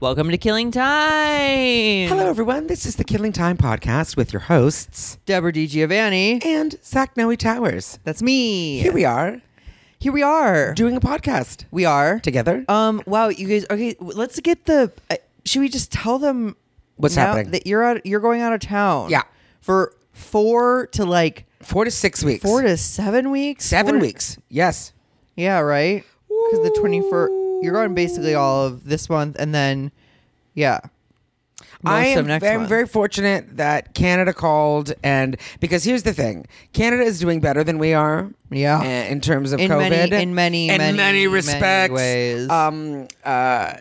Welcome to Killing Time. Hello, everyone. This is the Killing Time podcast with your hosts Deborah DiGiovanni. and Zach Noe Towers. That's me. Here we are Here we are. doing a podcast we are. together. Um. Wow. You guys. Okay. Let's get the. Uh, should we just tell them What's now happening? that you're out? You're going out of town. Yeah. For four to like four to six weeks. four to seven weeks. seven Four- weeks. Yes. Yeah. Right. Because the twenty first, you're going basically all of this month, and then, yeah. Most I am of next I'm month. very fortunate that Canada called, and because here's the thing Canada is doing better than we are. Yeah. eh, In terms of In COVID. many- in many, many, in many, many respects. ways. Um, uh,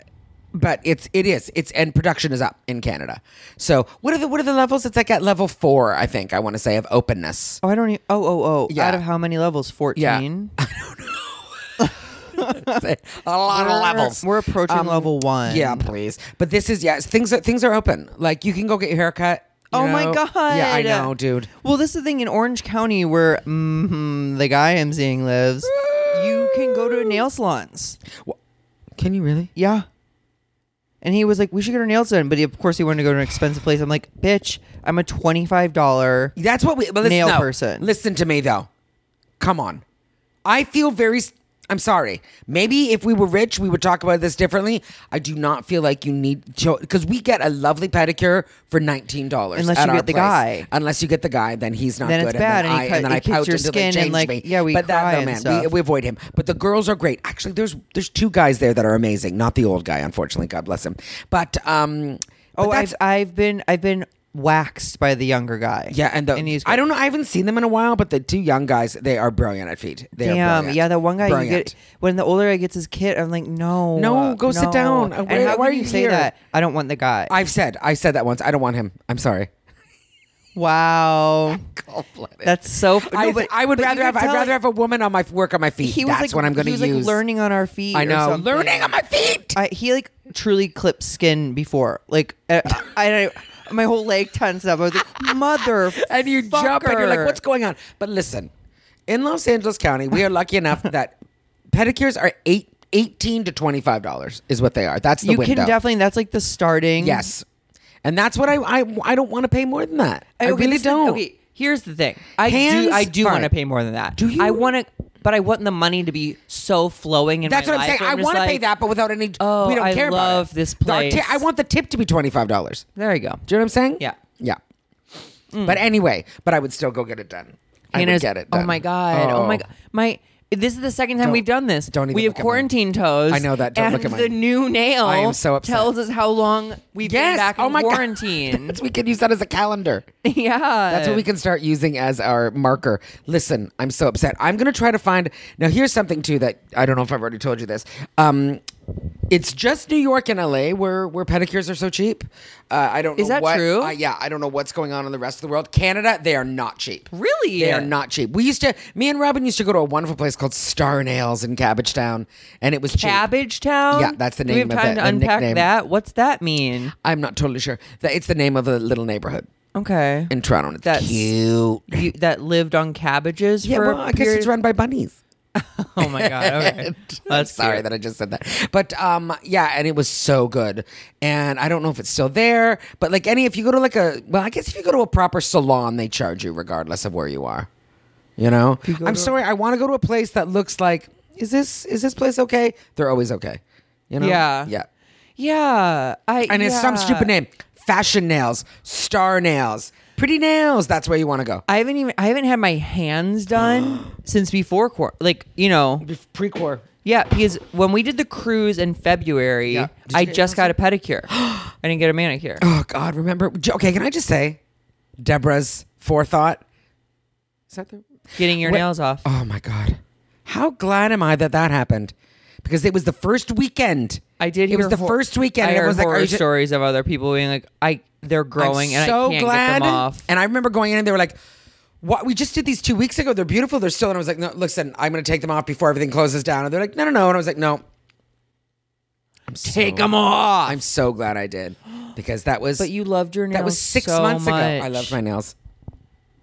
but it's it is it's and production is up in Canada. So what are the what are the levels? It's like at level four, I think I want to say of openness. Oh, I don't. Even, oh, oh, oh. Yeah. Out of how many levels? Fourteen. a lot We're- of levels. Um, We're approaching level one. Yeah, please. But this is yes, things are things are open. Like you can go get your haircut. you Oh my know? god! Yeah, I know, dude. Well, this is the thing in Orange County where mhm, the guy I'm seeing lives. You can go to nail salons. Can you really? Yeah. And he was like, "We should get our nails done," but he, of course, he wanted to go to an expensive place. I'm like, "Bitch, I'm a twenty-five dollar." That's what we. But listen, Nail no. person. Listen to me though. Come on. I feel very. s- I'm sorry. Maybe if we were rich, we would talk about this differently. I do not feel like you need to because we get a lovely pedicure for nineteen dollars. Unless you get the guy. Unless you get the guy, then he's not Then good. it's bad, and And he then, cut- I, and then he I kicks pouch your until skin and, they change like, me. yeah, we but that, cry though, and man, stuff. We, we avoid him. But the girls are great. Actually, there's there's two guys there that are amazing. Not the old guy, unfortunately. God bless him. But um. but Oh, that's- I've, I've been I've been waxed by the younger guy. yeah, and, the, he's I don't know. I haven't seen them in a while, but the two young guys, they are brilliant at feet. They are Damn, brilliant. yeah, that one guy you Brilliant. get when the older guy gets his kid, I'm like, no, No, go sit down. Uh, And where- how can why are you you say here? that? I don't want the guy. I've said, I said that once. I don't want him. I'm sorry. wow, that's so. f- I, no, but- I would but you rather could have. I'd tell, rather like, have a woman on my f- work on my feet. He was That's like what I'm going to he was like use. learning on our feet. I or know, something. learning on my feet. I, he like truly clipped skin before. Like I, I, I- my whole leg tensed up. I was like, mother, and you jump and you're like, what's going on? But listen, in Los Angeles County, we are lucky enough that pedicures are eight, 18 to twenty five dollars is what they are. That's the you window. can definitely. That's like the starting. yes, and that's what I I, I don't want to pay more than that. I, Okay, really this is the- don't. okay, here's the thing. I Hands? do. I do Fine. want to pay more than that. Do you? I want to, but I want the money to be so flowing in That's my what I'm life where saying. I just want to pay like- that, but without any. "Oh, we don't I care about love it. this The- our place." I want the tip to be twenty five dollars. There you go. Do you know what I'm saying? Yeah. yeah. But anyway, but I would still go get it done. I would Hannah's- get it. Oh done. my god. Oh, my god. My. This is the second time we've done this. don't even we have look at mine. quarantine toes. I know that. Don't and look at mine. the new nail. I am so upset. Tells us how long we've been Yes. back oh in my God. quarantine. That's- we can use that as a calendar. yeah. That's what we can start using as our marker. Listen, I'm so upset. I'm gonna try to find. Now here's something too that I don't know if I've already told you this. Um, it's just New York and LA where where pedicures are so cheap. Uh, I don't. Is know that what- true? I- yeah, I don't know what's going on in the rest of the world. Canada, they are not cheap. Really? they are not cheap. We used to. Me and Robin used to go to a wonderful place called Star Nails in Cabbage Town, and it was cheap. Cabbage Town. Yeah, that's the Do we have name of time it, to the unpack nickname. that. What's that mean? I'm not totally sure. That it's the name of a little neighborhood Okay. in Toronto. And it's That's- cute. you, that lived on cabbages Yeah, for well, a I guess it's period- run by bunnies. Oh my god. Okay. Well, I'm that's sorry cute. that I just said that. But um, yeah, and it was so good. And I don't know if it's still there, but like any, if you go to like a, well, I guess if you go to a proper salon, they charge you regardless of where you are. You know, I'm sorry. I want to go to a place that looks like is this is this place okay? They're always okay. You know, Yeah. yeah. Yeah. I And it's some yeah. stupid name, fashion nails, star nails, pretty nails. That's where you want to go. I haven't even I haven't had my hands done since before quar like you know Pre-core. yeah because when we did the cruise in February Yeah. Did you I get just got a pedicure I didn't get a manicure Oh God, remember? Okay, can I just say, Deborah's forethought. Is that the? getting your Wait. nails off Oh my God, how glad am I that that happened, because it was the first weekend. I did It was hear the hor- first weekend. I and heard it was like, horror are you ju- stories of other people being like I they're I'm growing and so I can't glad. get them off And I remember going in and they were like, "What? We just did these two weeks ago. They're beautiful. They're still." And I was like, "No, listen, I'm going to take them off before everything closes down." And they're like, "No, no, no." And I was like, "No." I'm take so- them off I'm so glad I did because that was but you loved your nails that was six so months ago. I much. loved my nails.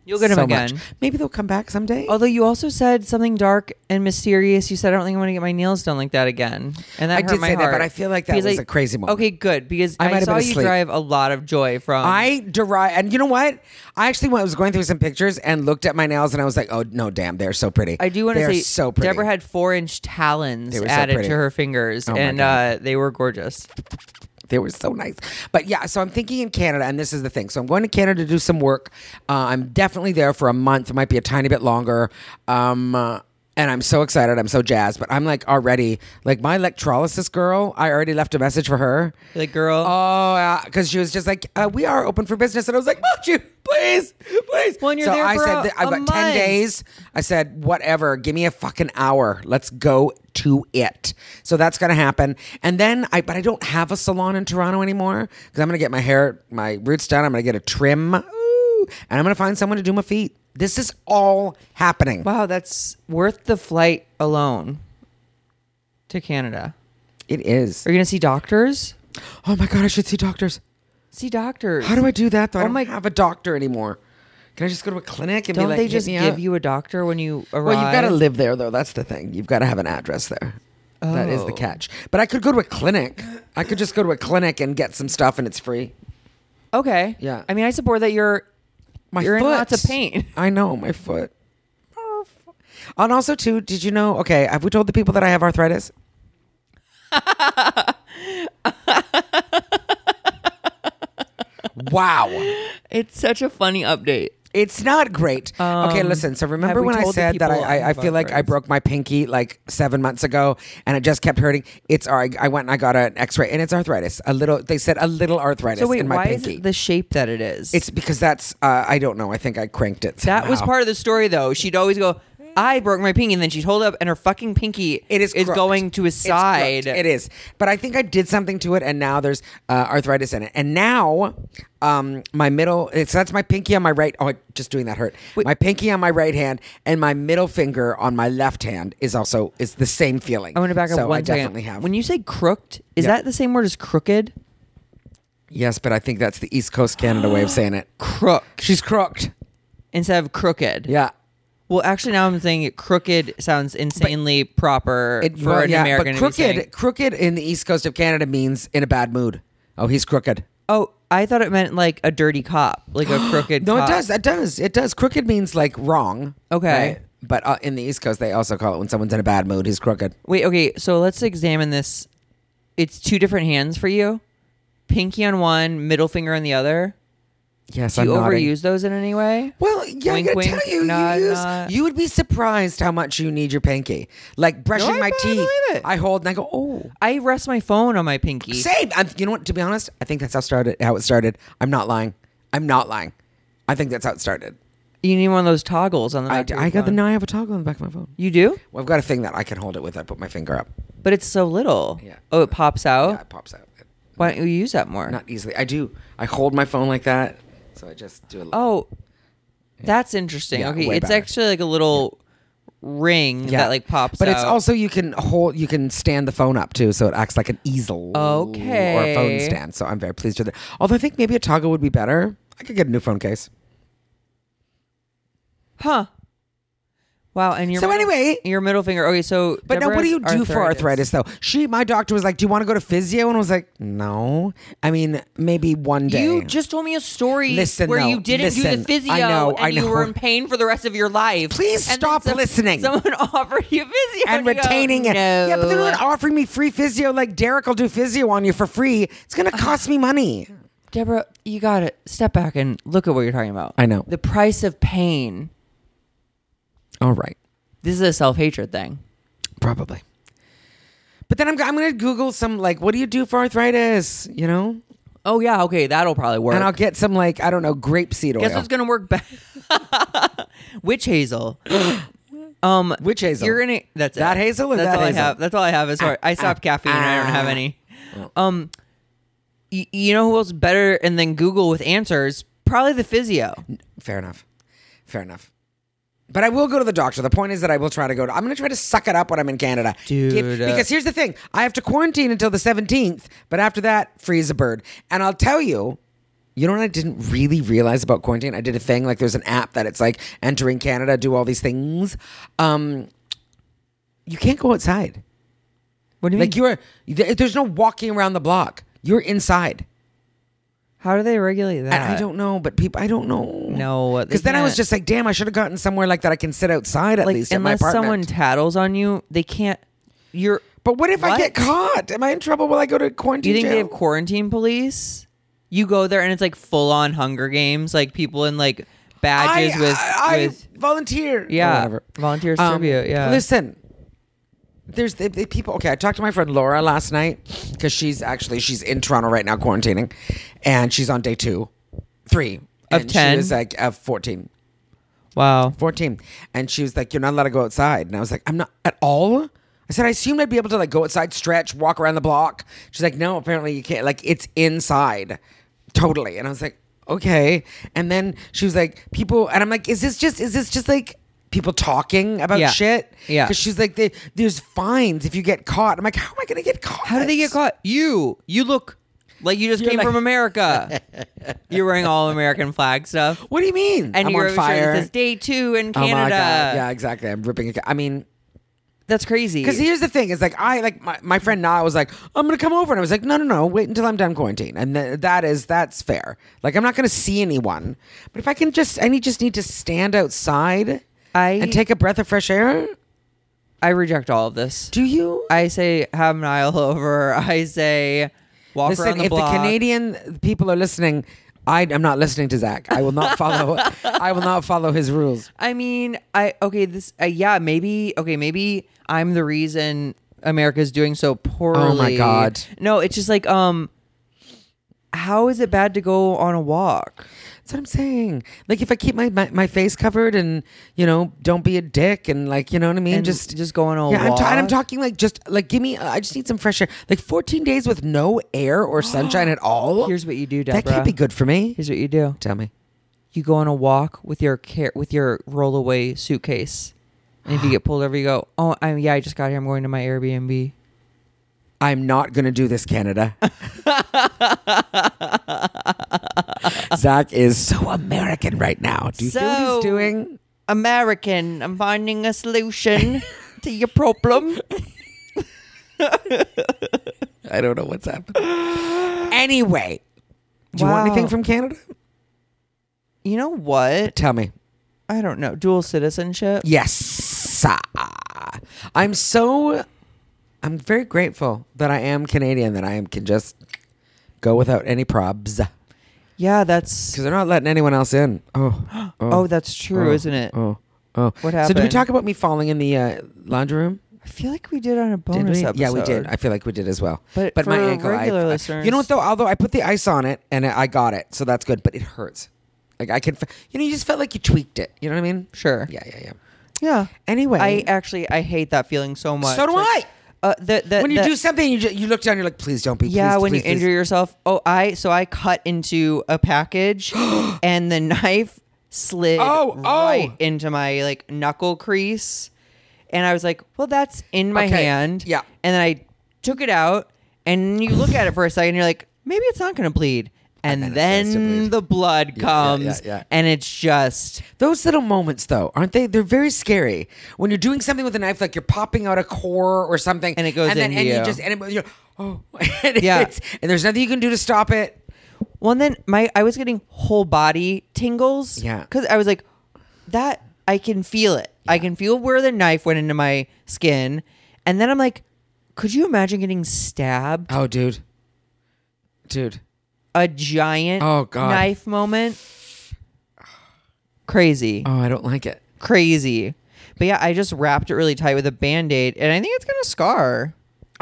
You'll get 'em so much. again. Maybe they'll come back someday. Although you also said something dark and mysterious. You said I don't think I'm going to get my nails done like that again, and that I hurt did my say that, heart. but I feel like that Because was I- a crazy moment. Okay, good because I I, might have saw been you asleep. derive a lot of joy from. I derive, and you know what? I actually went- was going through some pictures and looked at my nails, and I was like, "Oh no, damn, they're so pretty." I do want to They're say so pretty. Deborah had four inch talons They were so added pretty. to her fingers, Oh my and God. uh, they were gorgeous. They were so nice. But yeah, so I'm thinking in Canada, and this is the thing. So I'm going to Canada to do some work. Uh, I'm definitely there for a month. It might be a tiny bit longer. Um, uh, and I'm so excited. I'm so jazzed. But I'm like already, like my electrolysis girl, I already left a message for her. You're Like girl, Oh, because she was just like, uh, "We are open for business," and I was like, "Won't you please, please?" Well, and you're so there I for said, a- that "I've a got ten month. days." I said, "Whatever, give me a fucking hour. Let's go to it." So that's gonna happen, and then I, but I don't have a salon in Toronto anymore because I'm gonna get my hair, my roots done. I'm gonna get a trim, Ooh. and I'm gonna find someone to do my feet. This is all happening. wow, that's worth the flight alone to Canada. It is. Are you going to see doctors? Oh my god, I should see doctors. See doctors. How do I do that though? I Oh don't my- have a doctor anymore. Can I just go to a clinic and be Don't like, they "Hit just me give up?" you a doctor when you arrive? Well, you've got to live there, though. That's the thing. You've got to have an address there. That is the Oh. catch. But I could go to a clinic. I could just go to a clinic and get some stuff, and it's free. Okay. Yeah. I mean, I support that you're My you're foot. in lots of pain. I know my foot. Oh, And also, too, did you know? Okay, have we told the people that I have arthritis? wow. It's such a funny update. It's not great. okay, Um, listen. So have remember we when I told the said that people I, I, I about feel like I Grace? broke my pinky like seven months ago, and it just kept hurting. It's ar- I went and I got an X-ray, and it's arthritis. A little. They said a little arthritis So wait, in my why pinky. is it the shape that it is? it's because that's. Uh, I don't know. I think I cranked it. that was somehow. part of the story though. She'd always go, "I broke my pinky," and then she'd hold up, and her fucking pinky It is is crooked. going to his It's side. crooked. It is, but I think I did something to it, and now there's uh, arthritis in it. And now, um, my middle it's that's my pinky on my right. Oh, just doing that hurt. My pinky on my right hand, and my middle finger on my left hand is also is the same feeling. I want to back up So one I second. definitely have. When you say crooked, is Yeah. that the same word as crooked? yes, but I think that's the East Coast Canada way of saying it. Crook She's crooked. instead of crooked. Yeah. Well, actually, now I'm saying it, crooked sounds insanely proper It- for well, an yeah, American. but to be saying. crooked, crooked in the East Coast of Canada means in a bad mood. Oh, he's crooked. Oh, I thought it meant like a dirty cop, like a crooked. No, cop. it does. It does. It does. Crooked means like wrong. Okay. But uh, in the East Coast, they also call it when someone's in a bad mood, he's crooked. Wait, okay, so let's examine this. It's two different hands for you. Pinky on one, middle finger on the other. Yes, Do I'm you nodding. overuse those in any way? Well, yeah, Wink, I gotta wink, tell you, nod, you, use, nod. you would be surprised how much you need your pinky. Like brushing I- my I teeth, believe it. I hold and I go, oh, I rest my phone on my pinky. same. I'm, you know what? To be honest, I think that's how started. How it started. I'm not lying. I'm not lying. I think that's how it started. You need one of those toggles on the I, back. of your I got the phone. now. I have a toggle on the back of my phone. You do, Well, I've got a thing that I can hold it with. I put my finger up. but it's so little. Yeah. Oh, it pops out. Yeah, it pops out. Why don't you use that more? not easily. I do. I hold my phone like that, so I just do a little. oh, that's interesting. Yeah, okay, way it's better. actually like a little ring that like pops. But it's out. also you can hold, you can stand the phone up too, so it acts like an easel. Or a phone Okay. stand. So I'm very pleased with it. Although I think maybe a toggle would be better. I could get a new phone case. Huh. Wow. And your So middle- anyway- your middle finger. Okay, so But now, what do you do Deborah's for arthritis though? She, my doctor, was like, "Do you want to go to physio?" And I was like, "No. I mean, maybe one day." You just told me a story Listen, where no, you didn't do listen. the physio I know, and I know. you were in pain for the rest of your life. Please And then stop some- listening. Someone offered you physio and you go, retaining it. No. Yeah, but they're not offering me free physio. Like Derek will do physio on you for free. It's gonna cost me money. Deborah, you got to step back and look at what you're talking about. I know. The price of pain. All right. This is a self hatred thing. Probably. But then I'm, I'm going to Google some, like, what do you do for arthritis? You know? Oh yeah, okay, that'll probably work. And I'll get some, like, I don't know, grapeseed oil. Guess what's gonna work best? Witch hazel. Which hazel? You're gonna. That's That it. hazel or that's that all hazel? Ah, I have. That's all I have. Is sorry, I stopped caffeine. and I don't have any. Um, y- you know who else better and then Google with answers? Probably the physio. Fair enough. Fair enough. But I will go to the doctor. The point is that I will try to go to. I'm going to try to suck it up when I'm in Canada, Dude, Give- uh, because here's the thing: I have to quarantine until the 17th, but after that, free as a bird. And I'll tell you, You know what I didn't really realize about quarantine? I did a thing like there's an app that it's like entering Canada, do all these things. Um, you can't go outside. What do you Like mean? you're there- there's no walking around the block. You're inside. How do they regulate that? And I don't know, but people, I don't know. No, they because then I was can't. just like, damn, I should have gotten somewhere like that. I can sit outside at like least in my unless apartment. someone tattles on you, they can't. You're. but what if I What? get caught? Am I in trouble? Will I go to Do quarantine? you think they jail? have quarantine police? You go there and it's like full on Hunger Games, like people in like badges I, with I, I with volunteer. or yeah whatever. volunteers Um, tribute. Yeah, Listen, there's the, the people. Okay, I talked to my friend Laura last night because she's actually she's in Toronto right now quarantining, and she's on day two, three Of and 10? She was like of fourteen. wow. 14 and she was like you're not allowed to go outside and i was like i'm not at all i said i assumed i'd be able to like go outside stretch walk around the block she's like no apparently you can't like it's inside totally and i was like okay and then she was like people and i'm like is this just is this just like people talking about Yeah. shit Yeah. because she's like they, there's fines if you get caught i'm like how am i gonna get caught How do they get caught? You, you look like you just You're came like- from America. you're wearing all American flag stuff, what do you mean and i'm you're on fire This is day two in oh Canada. my god yeah exactly i'm ripping a, i mean that's crazy. Because here's the thing: is like I like my, my friend Na was like, I'm gonna come over, and I was like, no, no, no, wait until I'm done quarantine, and th- that is that's fair. Like I'm not gonna see anyone, but if I can just, I need just need to stand outside I and take a breath of fresh air. I reject all of this. Do you? I say have Niall over. I say walk around Listen, the if block. the Canadian people are listening, I am not listening to Zach. I will not follow. I will not follow his rules. I mean, I okay. This, uh, yeah, maybe okay. Maybe I'm the reason America's doing so poorly. God. No, it's just like um, how is it bad to go on a walk? That's what I'm saying. Like if I keep my, my, my face covered and you know don't be a dick and like you know what I mean, And just just go on a yeah, I'm ta- and I'm walk. talking like just like give me. I just need some fresh air. Like 14 days with no air or sunshine at all. Here's what you do, Deborah. that can't be good for me. Here's what you do. Tell me. You go on a walk with your care with your rollaway suitcase, and if you get pulled over, you go, "Oh, I'm yeah, I just got here. I'm going to my Airbnb." I'm not gonna do this, Canada. Zach is so American right now. Do you hear what So- he's doing? American, I'm finding a solution to your problem. I don't know what's happening. Anyway, do you want anything Wow. from Canada? You know what? Tell me. I don't know. Dual citizenship. Yes. I'm so I'm very grateful that I am Canadian that I am can just go without any probs Yeah, that's cuz they're not letting anyone else in. Oh. Oh, Oh, that's true, oh, isn't it? Oh. Oh. What So did we happened? talk about me falling in the uh, laundry room? I feel like we did on a Did bonus we? episode. Yeah, we did. I feel like we did as well. But but my for ankle, I- regular I- listeners- you know what though? Although I put the ice on it and I got it, so that's good. But it hurts. Like I can, f- you know, you just felt like you tweaked it. You know what I mean? Sure. Yeah, yeah, yeah. Yeah. Anyway, I actually I hate that feeling so much. So do Like, Uh, the, the, when you the- do something, you just, you look down, you're like, please don't be. yeah, please, when please, you injure please. yourself. Oh, I so I cut into a package, and the knife slid Oh, oh. right into my like knuckle crease, and I was like, "Well, that's in my Okay, hand." yeah. and then I took it out, and you look at it for a second, you're like, "Maybe it's not going to bleed," and, And then it then starts to bleed. the blood yeah, comes, yeah, yeah. and it's just Those little moments, though, aren't they? They're very scary. When you're doing something with a knife, like you're popping out a core or something, And it goes and then, into and you. just and it, you're, oh, and Yeah. it's- and there's nothing you can do to stop it. Well, and then my I was getting whole body tingles. Yeah. because I was like, that I can feel it. I can feel where the knife went into my skin, and then I'm like, could you imagine getting stabbed? Oh, dude, dude, A giant Oh, God. knife moment. Crazy, oh, I don't like it. crazy. But yeah, I just wrapped it really tight with a band aid, and I think it's gonna scar.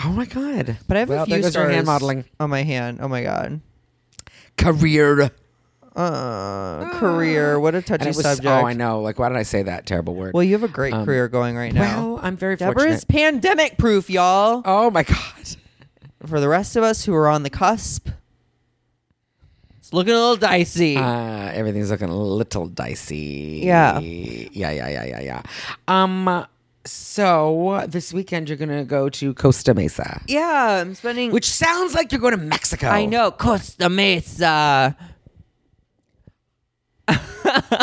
Oh my god. But I have well, a few there goes your scars hand modeling on my hand. Oh my god. career. Uh, career. What a touchy Ah. And it was, subject. oh, I know. Like, why did I say that terrible word? Well, you have a great Um, career going right now. well, I'm very Deborah's fortunate. pandemic proof, y'all. Oh my god. For the rest of us who are on the cusp, it's looking a little dicey. Uh, everything's looking a little dicey. Yeah. Yeah, yeah, yeah, yeah, yeah. Um, so this weekend you're gonna go to Costa Mesa, yeah, I'm spending. Oh. which sounds like you're going to Mexico. I know Costa Mesa.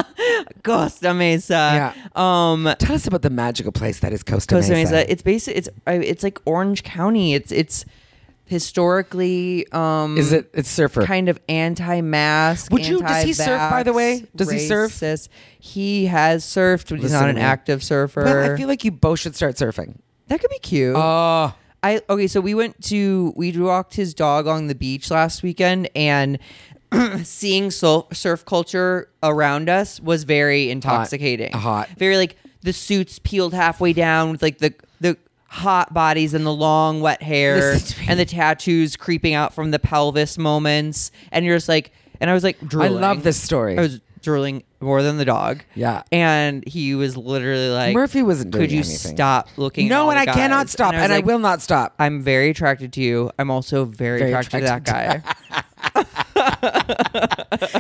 Costa Mesa. Yeah. Um, Tell us about the magical place that is Costa, Costa Mesa. It's basically it's I- it's like Orange County. It's it's historically um Is it? It's surfer. kind of anti-mask. Would you- does he surf, by the way? anti-vax, Does he surf? racist. He has surfed, but he's Listen not to an me. active surfer. Well, I feel like you both should start surfing. that could be cute. Oh, Uh, I okay, so we went to we walked his dog on the beach last weekend and seeing sul- surf culture around us was very intoxicating. Hot. Very like the suits peeled halfway down with like the the hot bodies and the long wet hair Listen to me. and the tattoos creeping out from the pelvis moments and you're just like and I was like I drooling. love this story. I was drooling more than the dog. Yeah. And he was literally like Murphy wasn't doing Could you anything." stop looking at all no, and the I cannot guys?" stop, and I, was like, will not stop. I'm very attracted to you. I'm also very, Very attracted, to that guy.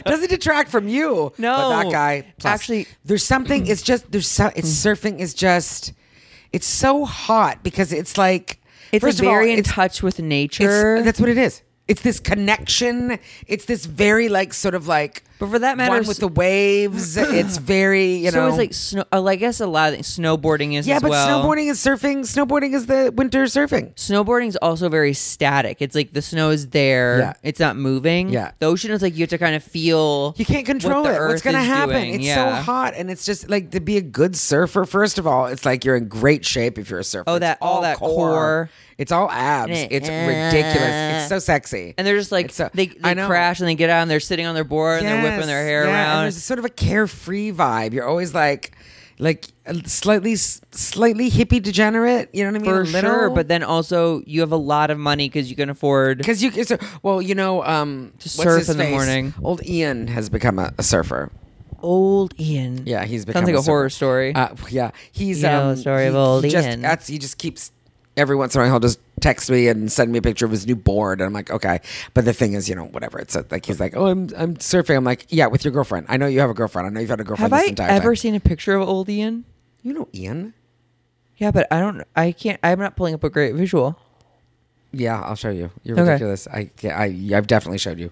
Doesn't detract from you. No. but that guy. plus- Actually- Mm. there's something. It's just there's so. It's surfing is just. It's so hot because it's like. it's first like, of all, very in it's- touch with it's- nature. that's what it is. It's this connection. It's this very like sort of like. But for that matter, one with the waves. it's very you so know. it's like snow. uh, like, I guess a lot of things. Snowboarding is yeah, as but well. snowboarding is surfing. Snowboarding is the winter surfing. Snowboarding is also very static. It's like the snow is there. Yeah. It's not moving. Yeah. the ocean is like you have to kind of feel. You can't what control the it. What's earth going to is happen? doing. It's Yeah. so hot, and it's just like to be a good surfer. First of all, it's like you're in great shape if you're a surfer. Oh, It's that- all that core. It's all abs. Eh, It's eh. ridiculous. It's so sexy. And they're just like It's so- they, I they know. crash and they get out and they're sitting on their board and they're whipping Yes, their hair yeah, And around. there's sort of a carefree vibe. You're always like, like slightly, slightly hippie degenerate. You know what I mean? for A little. sure, but then also you have a lot of money because you can afford. Because you, it's a- well, you know, um, To what's surf his in the face? morning. Old Ian has become a, a surfer. Old Ian. Yeah, he's become sounds like a surfer. horror story. Uh, yeah, he's You know um, the story he, of old he just, Ian. That's he just keeps every once in a while he'll just text me and send me a picture of his new board, and I'm like, okay. But the thing is, you know, whatever. It's a, like he's like, oh, I'm I'm surfing. I'm like, yeah, with your girlfriend. I know you have a girlfriend. I know you've had a girlfriend Have this I entire ever time. seen a picture of old Ian? You know, Ian. Yeah, but I don't. I can't. I'm not pulling up a great visual. Yeah, I'll show you. You're Okay. ridiculous. I can't- I I've definitely showed you.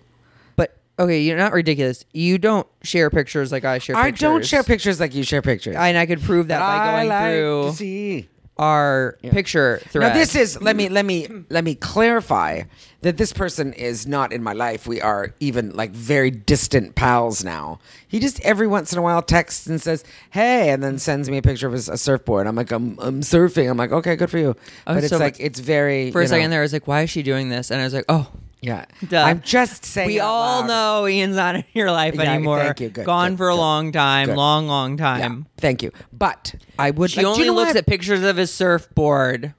But okay, you're not ridiculous. You don't share pictures like I share. I don't pictures. share pictures like you share pictures. And I could prove that by I going like through to see. our picture thread. Now this is let me let me let me clarify that this person is not in my life. We are even like very distant pals now. He just every once in a while texts and says, "Hey," and then sends me a picture of his a surfboard. I'm like, "I'm I'm surfing." I'm like, "Okay, good for you." Oh, But it's so like much- it's very for a you know, second there, I was like, "Why is she doing this?" And I was like, "Oh, Yeah, Duh. I'm just saying. we out all loud. know Ian's not in your life Yeah, anymore. thank you. Good, Gone good, for a good, long time, good. long, long Yeah, time. thank you. But I would. She like, do you only know looks what? at pictures of his surfboard.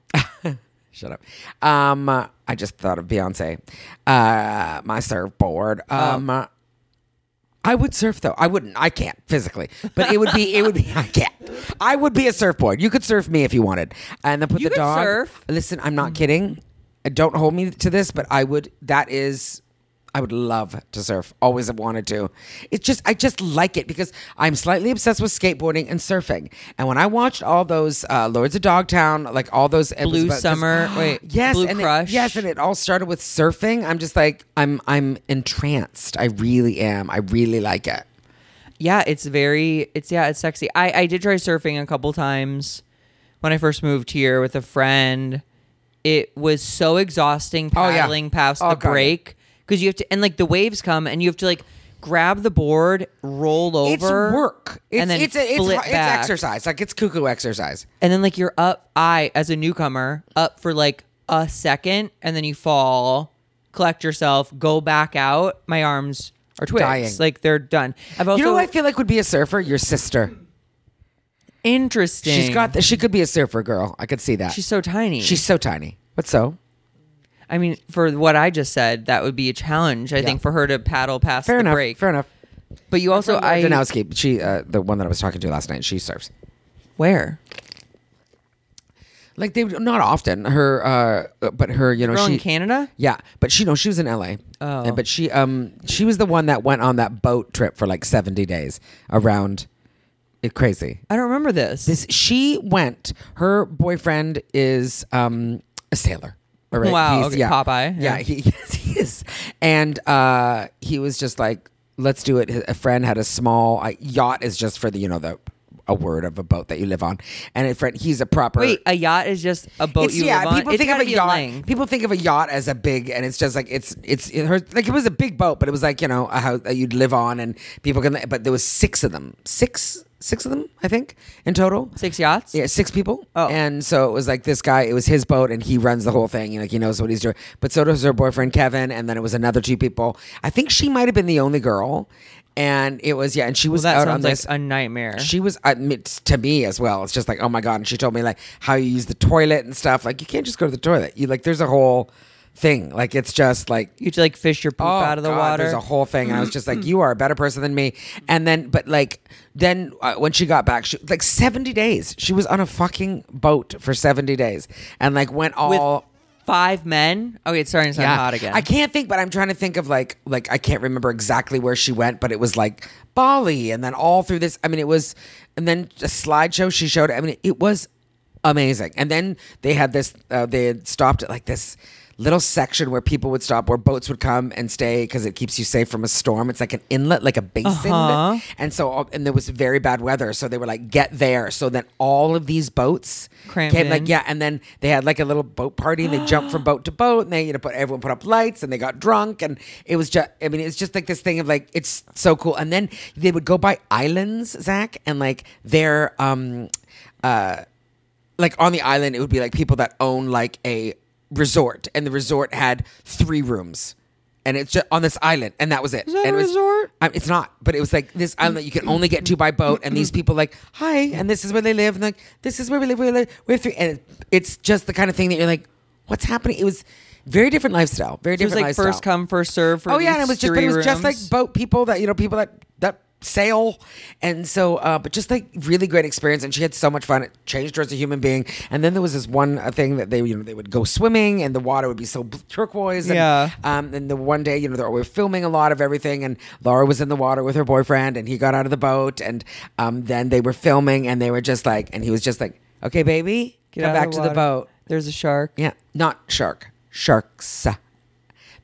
Shut up. Um, uh, I just thought of Beyonce. Uh, my surfboard. Oh. Um, uh, I would surf though. I wouldn't. I can't physically, but it would be. It would be. I can't. I would be a surfboard. You could surf me if you wanted, and then put You the could dog. surf. Listen, I'm not kidding. Uh, Don't hold me to this, but I would. That is. I would love to surf. Always have wanted to. It's just I just like it because I'm slightly obsessed with skateboarding and surfing. And when I watched all those uh, Lords of Dogtown, like all those it was Blue about- 'cause- Summer- wait, yes, Blue and it- Crush. yes, and it all started with surfing. I'm just like I'm I'm entranced. I really am. I really like it. Yeah, it's very it's yeah, it's sexy. I I did try surfing a couple times when I first moved here with a friend. It was so exhausting Oh, yeah. paddling past Oh, the God, yeah. break because you have to and like the waves come and you have to like grab the board, roll over, It's work. It's and then it's a, it's, flip it's back. exercise. Like it's cuckoo exercise. and then like you're up. I as a newcomer up for like a second, and then you fall, collect yourself, go back out. My arms are twigs, Dying. like they're done. I've also you know who I feel like would be a surfer? Your sister. interesting. She's got the, she could be a surfer girl. I could see that. She's so tiny. She's so tiny. But so? I mean, for what I just said, that would be a challenge. I think for her to paddle past Fair the enough. break. Fair enough. But you also, I Danowski, she uh, the one that I was talking to last night, she surfs. where Like they not often. Her uh but her, you know, girl she in Canada. Yeah, but she no, she was in LA. Oh. And- but she um she was the one that went on that boat trip for like 70 days around it crazy. I don't remember this. This she went. Her boyfriend is um a sailor. All right. Wow, okay, Popeye, yeah. Yeah, he yes, he is. And uh he was just like let's do it. A friend had a small uh, yacht. Is just for the you know the a word of a boat that you live on, and a friend he's a proper. Wait, a yacht is just a boat It's- you yeah, live on. people It's think of gotta a be yacht. length. People think of a yacht as a big, and it's just like it's it's it her, like it was a big boat, but it was like you know a house that you'd live on, and people can. But there was six of them, six six of them, I think, in total. Six yachts? Yeah, six people. Oh. And so it was like this guy, it was his boat and he runs the whole thing. You know, like he knows what he's doing. But so does her boyfriend Kevin, and then it was another two people. I think she might have been the only girl. And it was yeah, and she Well, was that out on sounds like this. a nightmare. she was I mean, it's to me as well. It's just like, oh my god! And she told me like how you use the toilet and stuff. Like you can't just go to the toilet. You like there's a whole thing. Like it's just like oh you have to like fish your poop out of the God, water. There's a whole thing, and I was just like, "You are a better person than me." And then, but like, then uh, when she got back, she like seventy days. She was on a fucking boat for seventy days, and like went With all. five men? Okay, it's starting to sound hot again. I can't think, but I'm trying to think of like like I can't remember exactly where she went, but it was like Bali, and then all through this. I mean, it was, and then a slideshow she showed. I mean, it was amazing. And then they had this. Uh, they had stopped at like this little section where people would stop, where boats would come and stay because it keeps you safe from a storm. It's like an inlet, like a basin, Uh-huh. and so all- and there was very bad weather, so they were like, get there. So then all of these boats Crammed came like in. yeah. Yeah, and then they had like a little boat party, and they jumped from boat to boat, and they you know put everyone put up lights, and they got drunk, and it was just I mean it's just like this thing of like it's so cool, and then they would go by islands, Zach, and like their um uh like on the island it would be like people that own like a resort, and the resort had three rooms. And it's just on this island, and that was it. Is that and a it was, resort? um, it's not, but it was like this island that you can only get to by boat, and these people like, hi, and this is where they live, and like this is where we live, we live, we have three, and it- it's just the kind of thing that you're like, what's happening? It was very different lifestyle, very it was different like lifestyle. first come, first serve for oh yeah, and these it was just, but three it was just like rooms. boat people that you know people that that sail, and so uh, but just like really great experience, and she had so much fun. It changed her as a human being, and then there was this one uh, thing that they you know they would go swimming, and the water would be so bl- turquoise, and, Yeah. um, and the one day, you know, they were filming a lot of everything, and Laura was in the water with her boyfriend, and he got out of the boat, and um, then they were filming, and they were just like, and he was just like, "Okay, baby, Get come out of back to the water. boat." There's a shark. Yeah, not shark, sharks.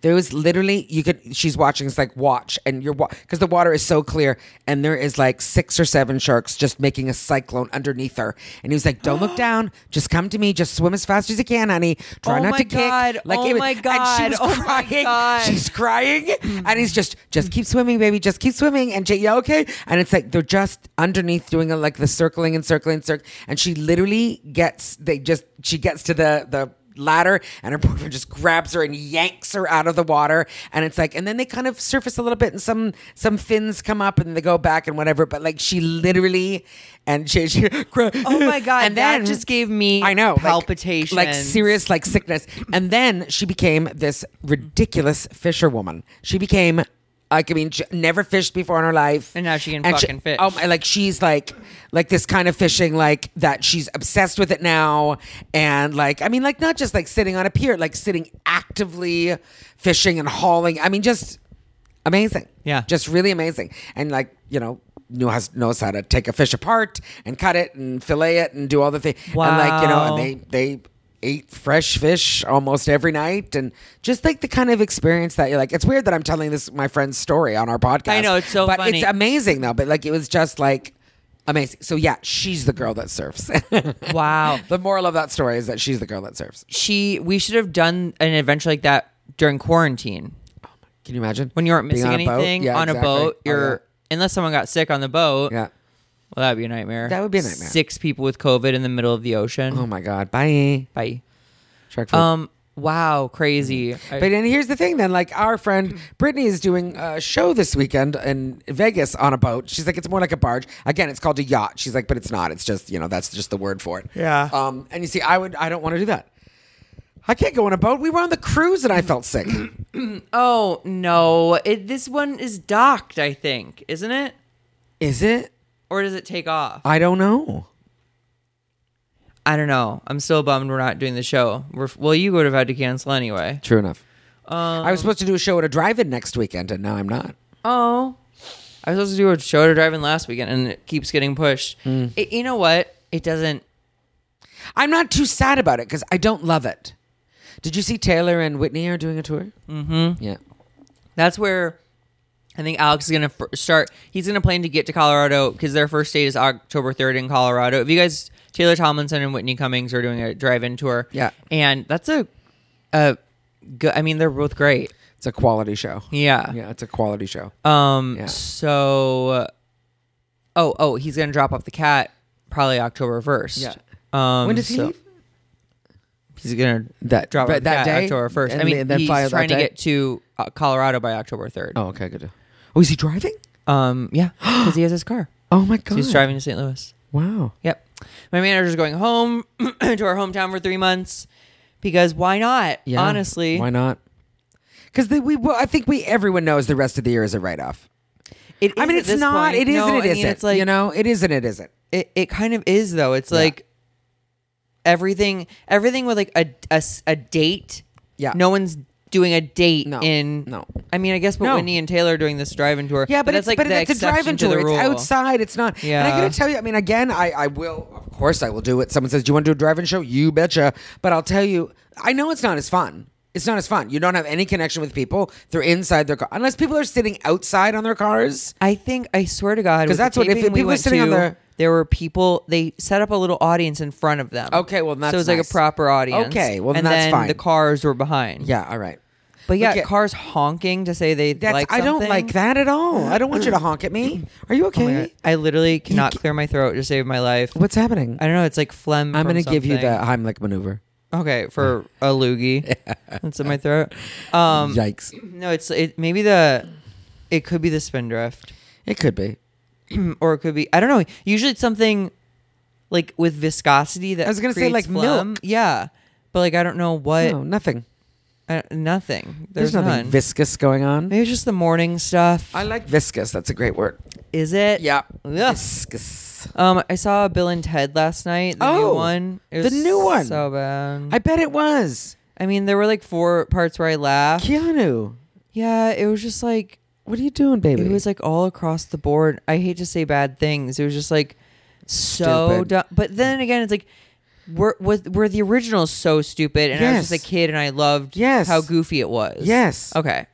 There was literally you could. She's watching. It's like watch, and you're because the water is so clear, and there is like six or seven sharks just making a cyclone underneath her. And he was like, "Don't look down. Just come to me. Just swim as fast as you can, honey. Try Oh not my to kick." God. Oh was- my And she God. was Oh my crying. God. She's crying, and he's just, "Just keep swimming, baby. Just keep swimming." And she, yeah, okay. And it's like they're just underneath doing a, like the circling and circling and circ. And she literally gets. They just. She gets to the the ladder and her boyfriend just grabs her and yanks her out of the water and it's like and then they kind of surface a little bit and some some fins come up and they go back and whatever but like she literally and she, she Oh my God, and that then just gave me I know like- palpitations. like, serious like sickness and then she became this ridiculous fisherwoman she became like I mean she never fished before in her life And now she can fucking fish. oh my- like she's like like this kind of fishing like that she's obsessed with it now and like I mean like not just like sitting on a pier like sitting actively fishing and hauling I mean just amazing Yeah. just really amazing and like you know knew how, knows how to take a fish apart and cut it and fillet it and do all the things and like you know Wow. and they they ate fresh fish almost every night and just like the kind of experience that you're like it's weird that i'm telling this my friend's story on our podcast I know, it's so but funny. it's amazing though but like it was just like amazing so yeah she's the girl that surfs Wow. the moral of that story is that she's the girl that surfs She. We should have done an adventure like that during quarantine can you imagine when you aren't Being missing on a boat? anything Yeah, on exactly. a boat. Oh, You're unless someone got sick on the boat. yeah. yeah Well, that'd be a nightmare. That would be a nightmare. Six people with COVID in the middle of the ocean. oh my god bye Bye. shark food. Um. Wow. Crazy. I- But and here's the thing, then, like our friend Brittany is doing a show this weekend in Vegas on a boat. She's like, it's more like a barge. Again, it's called a yacht. She's like, but it's not. It's just you know that's just the word for it. Yeah. Um, and you see, I would, I don't want to do that. I can't go on a boat. We were on the cruise and I felt sick. oh no! It, this one is docked. I think, isn't it? is it? Or does it take off? I don't know. I don't know. I'm so bummed we're not doing the show. We're, well, you would have had to cancel anyway. True enough. I was supposed to do a show at a drive-in next weekend, and now I'm not. Oh, I was supposed to do a show to driving last weekend, and it keeps getting pushed. It, you know what? It doesn't. I'm not too sad about it because I don't love it. Did you see Taylor and Whitney are doing a tour? Mm-hmm. Yeah. That's where I think Alex is gonna fir- start. He's gonna plan to get to Colorado because their first date is October third in Colorado. If you guys, Taylor Tomlinson and Whitney Cummings are doing a drive-in tour. Yeah. and that's a, a good. I mean, they're both great. It's a quality show. Yeah. Yeah, it's a quality show. Um. Yeah. So. uh, Oh, oh, he's gonna drop off the cat probably October first. Yeah. Um, when does he so- leave? He's gonna That- drop but off the cat that day? October first. I And mean, then- then he's fly out that trying to day? get to uh, Colorado by October third. Oh, okay, good. Oh, is he driving? Um. Yeah, because he has his car. Oh my god. So he's driving to St. Louis. Wow. Yep. My manager's going home to our hometown for three months because why not? Honestly, why not? Because we, well, I think we everyone knows the rest of the year is a write off. It I is mean, at it's this not. point. It is No, and it I mean, isn't. It's like you know, it is and it isn't. it, it kind of is though. It's like everything, everything with like a, a s- a date. Yeah. No one's doing a date No. in. No. I mean, I guess, but No. Whitney and Taylor are doing this drive-in tour. Yeah, but, it's like but the it's a drive-in exception to the tour. It's rule. outside. It's not. And I Yeah. gotta tell you, I mean, again, I, I will, of course, I will do it. Someone says, "Do you want to do a drive-in show?" You betcha. But I'll tell you, I know it's not as fun. It's not as fun. You don't have any connection with people. They're inside their car, unless people are sitting outside on their cars. I think I swear to God, because that's what- if we people were went sitting to, on the- there were people. They set up a little audience in front of them. Okay, well, that's so it was like nice. a proper audience. Okay, well, and that's then fine. The cars were behind. Yeah, all right. but yeah, Look at- cars honking to say they That's, like. I don't something. like that at all. I don't want you to honk at me. Are you Oh my okay? God. I literally cannot clear my throat to save my life. What's happening? I don't know. It's like phlegm. I'm from going to give you the something. Heimlich maneuver. Okay, for a loogie. That's in my throat. Um, Yikes! no, it's it. Maybe the. It could be the spindrift, It could be. or it could be. I don't know. Usually, it's something like with viscosity that I was gonna say, creates like, phlegm. milk. Yeah, but like I don't know what. no, nothing. I- nothing. There's, There's, nothing none. viscous going on. maybe it's just the morning stuff. I like viscous. That's a great word. Is it? Yeah. Ugh. Viscous. Um, I saw Bill and Ted last night. The Oh, new one. It the was new one. So bad. I bet it was I mean, there were like four parts where I laughed. Keanu. Yeah, it was just like What are you doing, baby? it was like all across the board. I hate to say bad things. It was just like so Stupid. dumb. But then again, it's like were was were the originals so stupid? And I was Yes. just a kid, and I loved Yes. how goofy it was. Yes. Okay.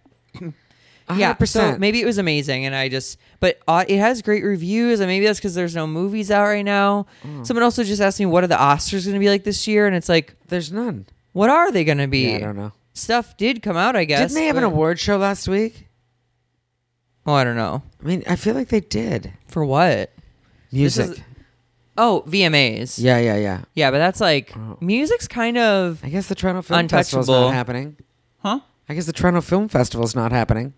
A Yeah. hundred percent. So maybe it was amazing, and I just but uh, it has great reviews, and maybe that's because there's no movies out right now. Mm. Someone also just asked me what are the Oscars going to be like this year, and it's like There's none. what are they going to be? Yeah, I don't know. Stuff did come out, I guess. Didn't they have an but- award show last week? Oh, I don't know I mean, I feel like they did. for what. This Music. is- oh, VMAs. yeah, yeah, yeah. Yeah, but that's like Oh. music's kind of I guess the Toronto Film Festival's not Untouchable. happening. huh? I guess the Toronto Film Festival's not happening.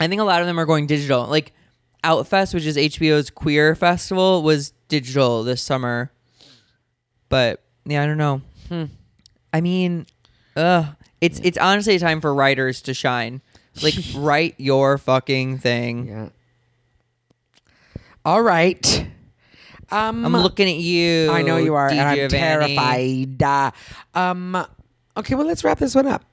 I think a lot of them are going digital. Like Outfest, which is HBO's queer festival, was digital this summer. But yeah, I don't know. Hmm. I mean, ugh. It's it's honestly a time for writers to shine. Like write your fucking thing. Yeah. All right. Um, I'm looking at you. I know you are, D. and I'm Giovanni. terrified. Uh, um, okay, well, let's wrap this one up.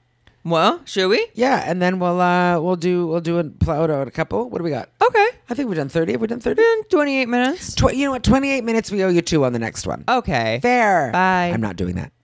Well, should we? Yeah, and then we'll uh, we'll do we'll do a plowed out a couple. What do we got? Okay. I think we've done thirty. Have we done thirty? Been 28 minutes. Tw- you know what? Twenty eight minutes. We owe you two on the next one. Okay. Oh, Fair. Bye. I'm not doing that.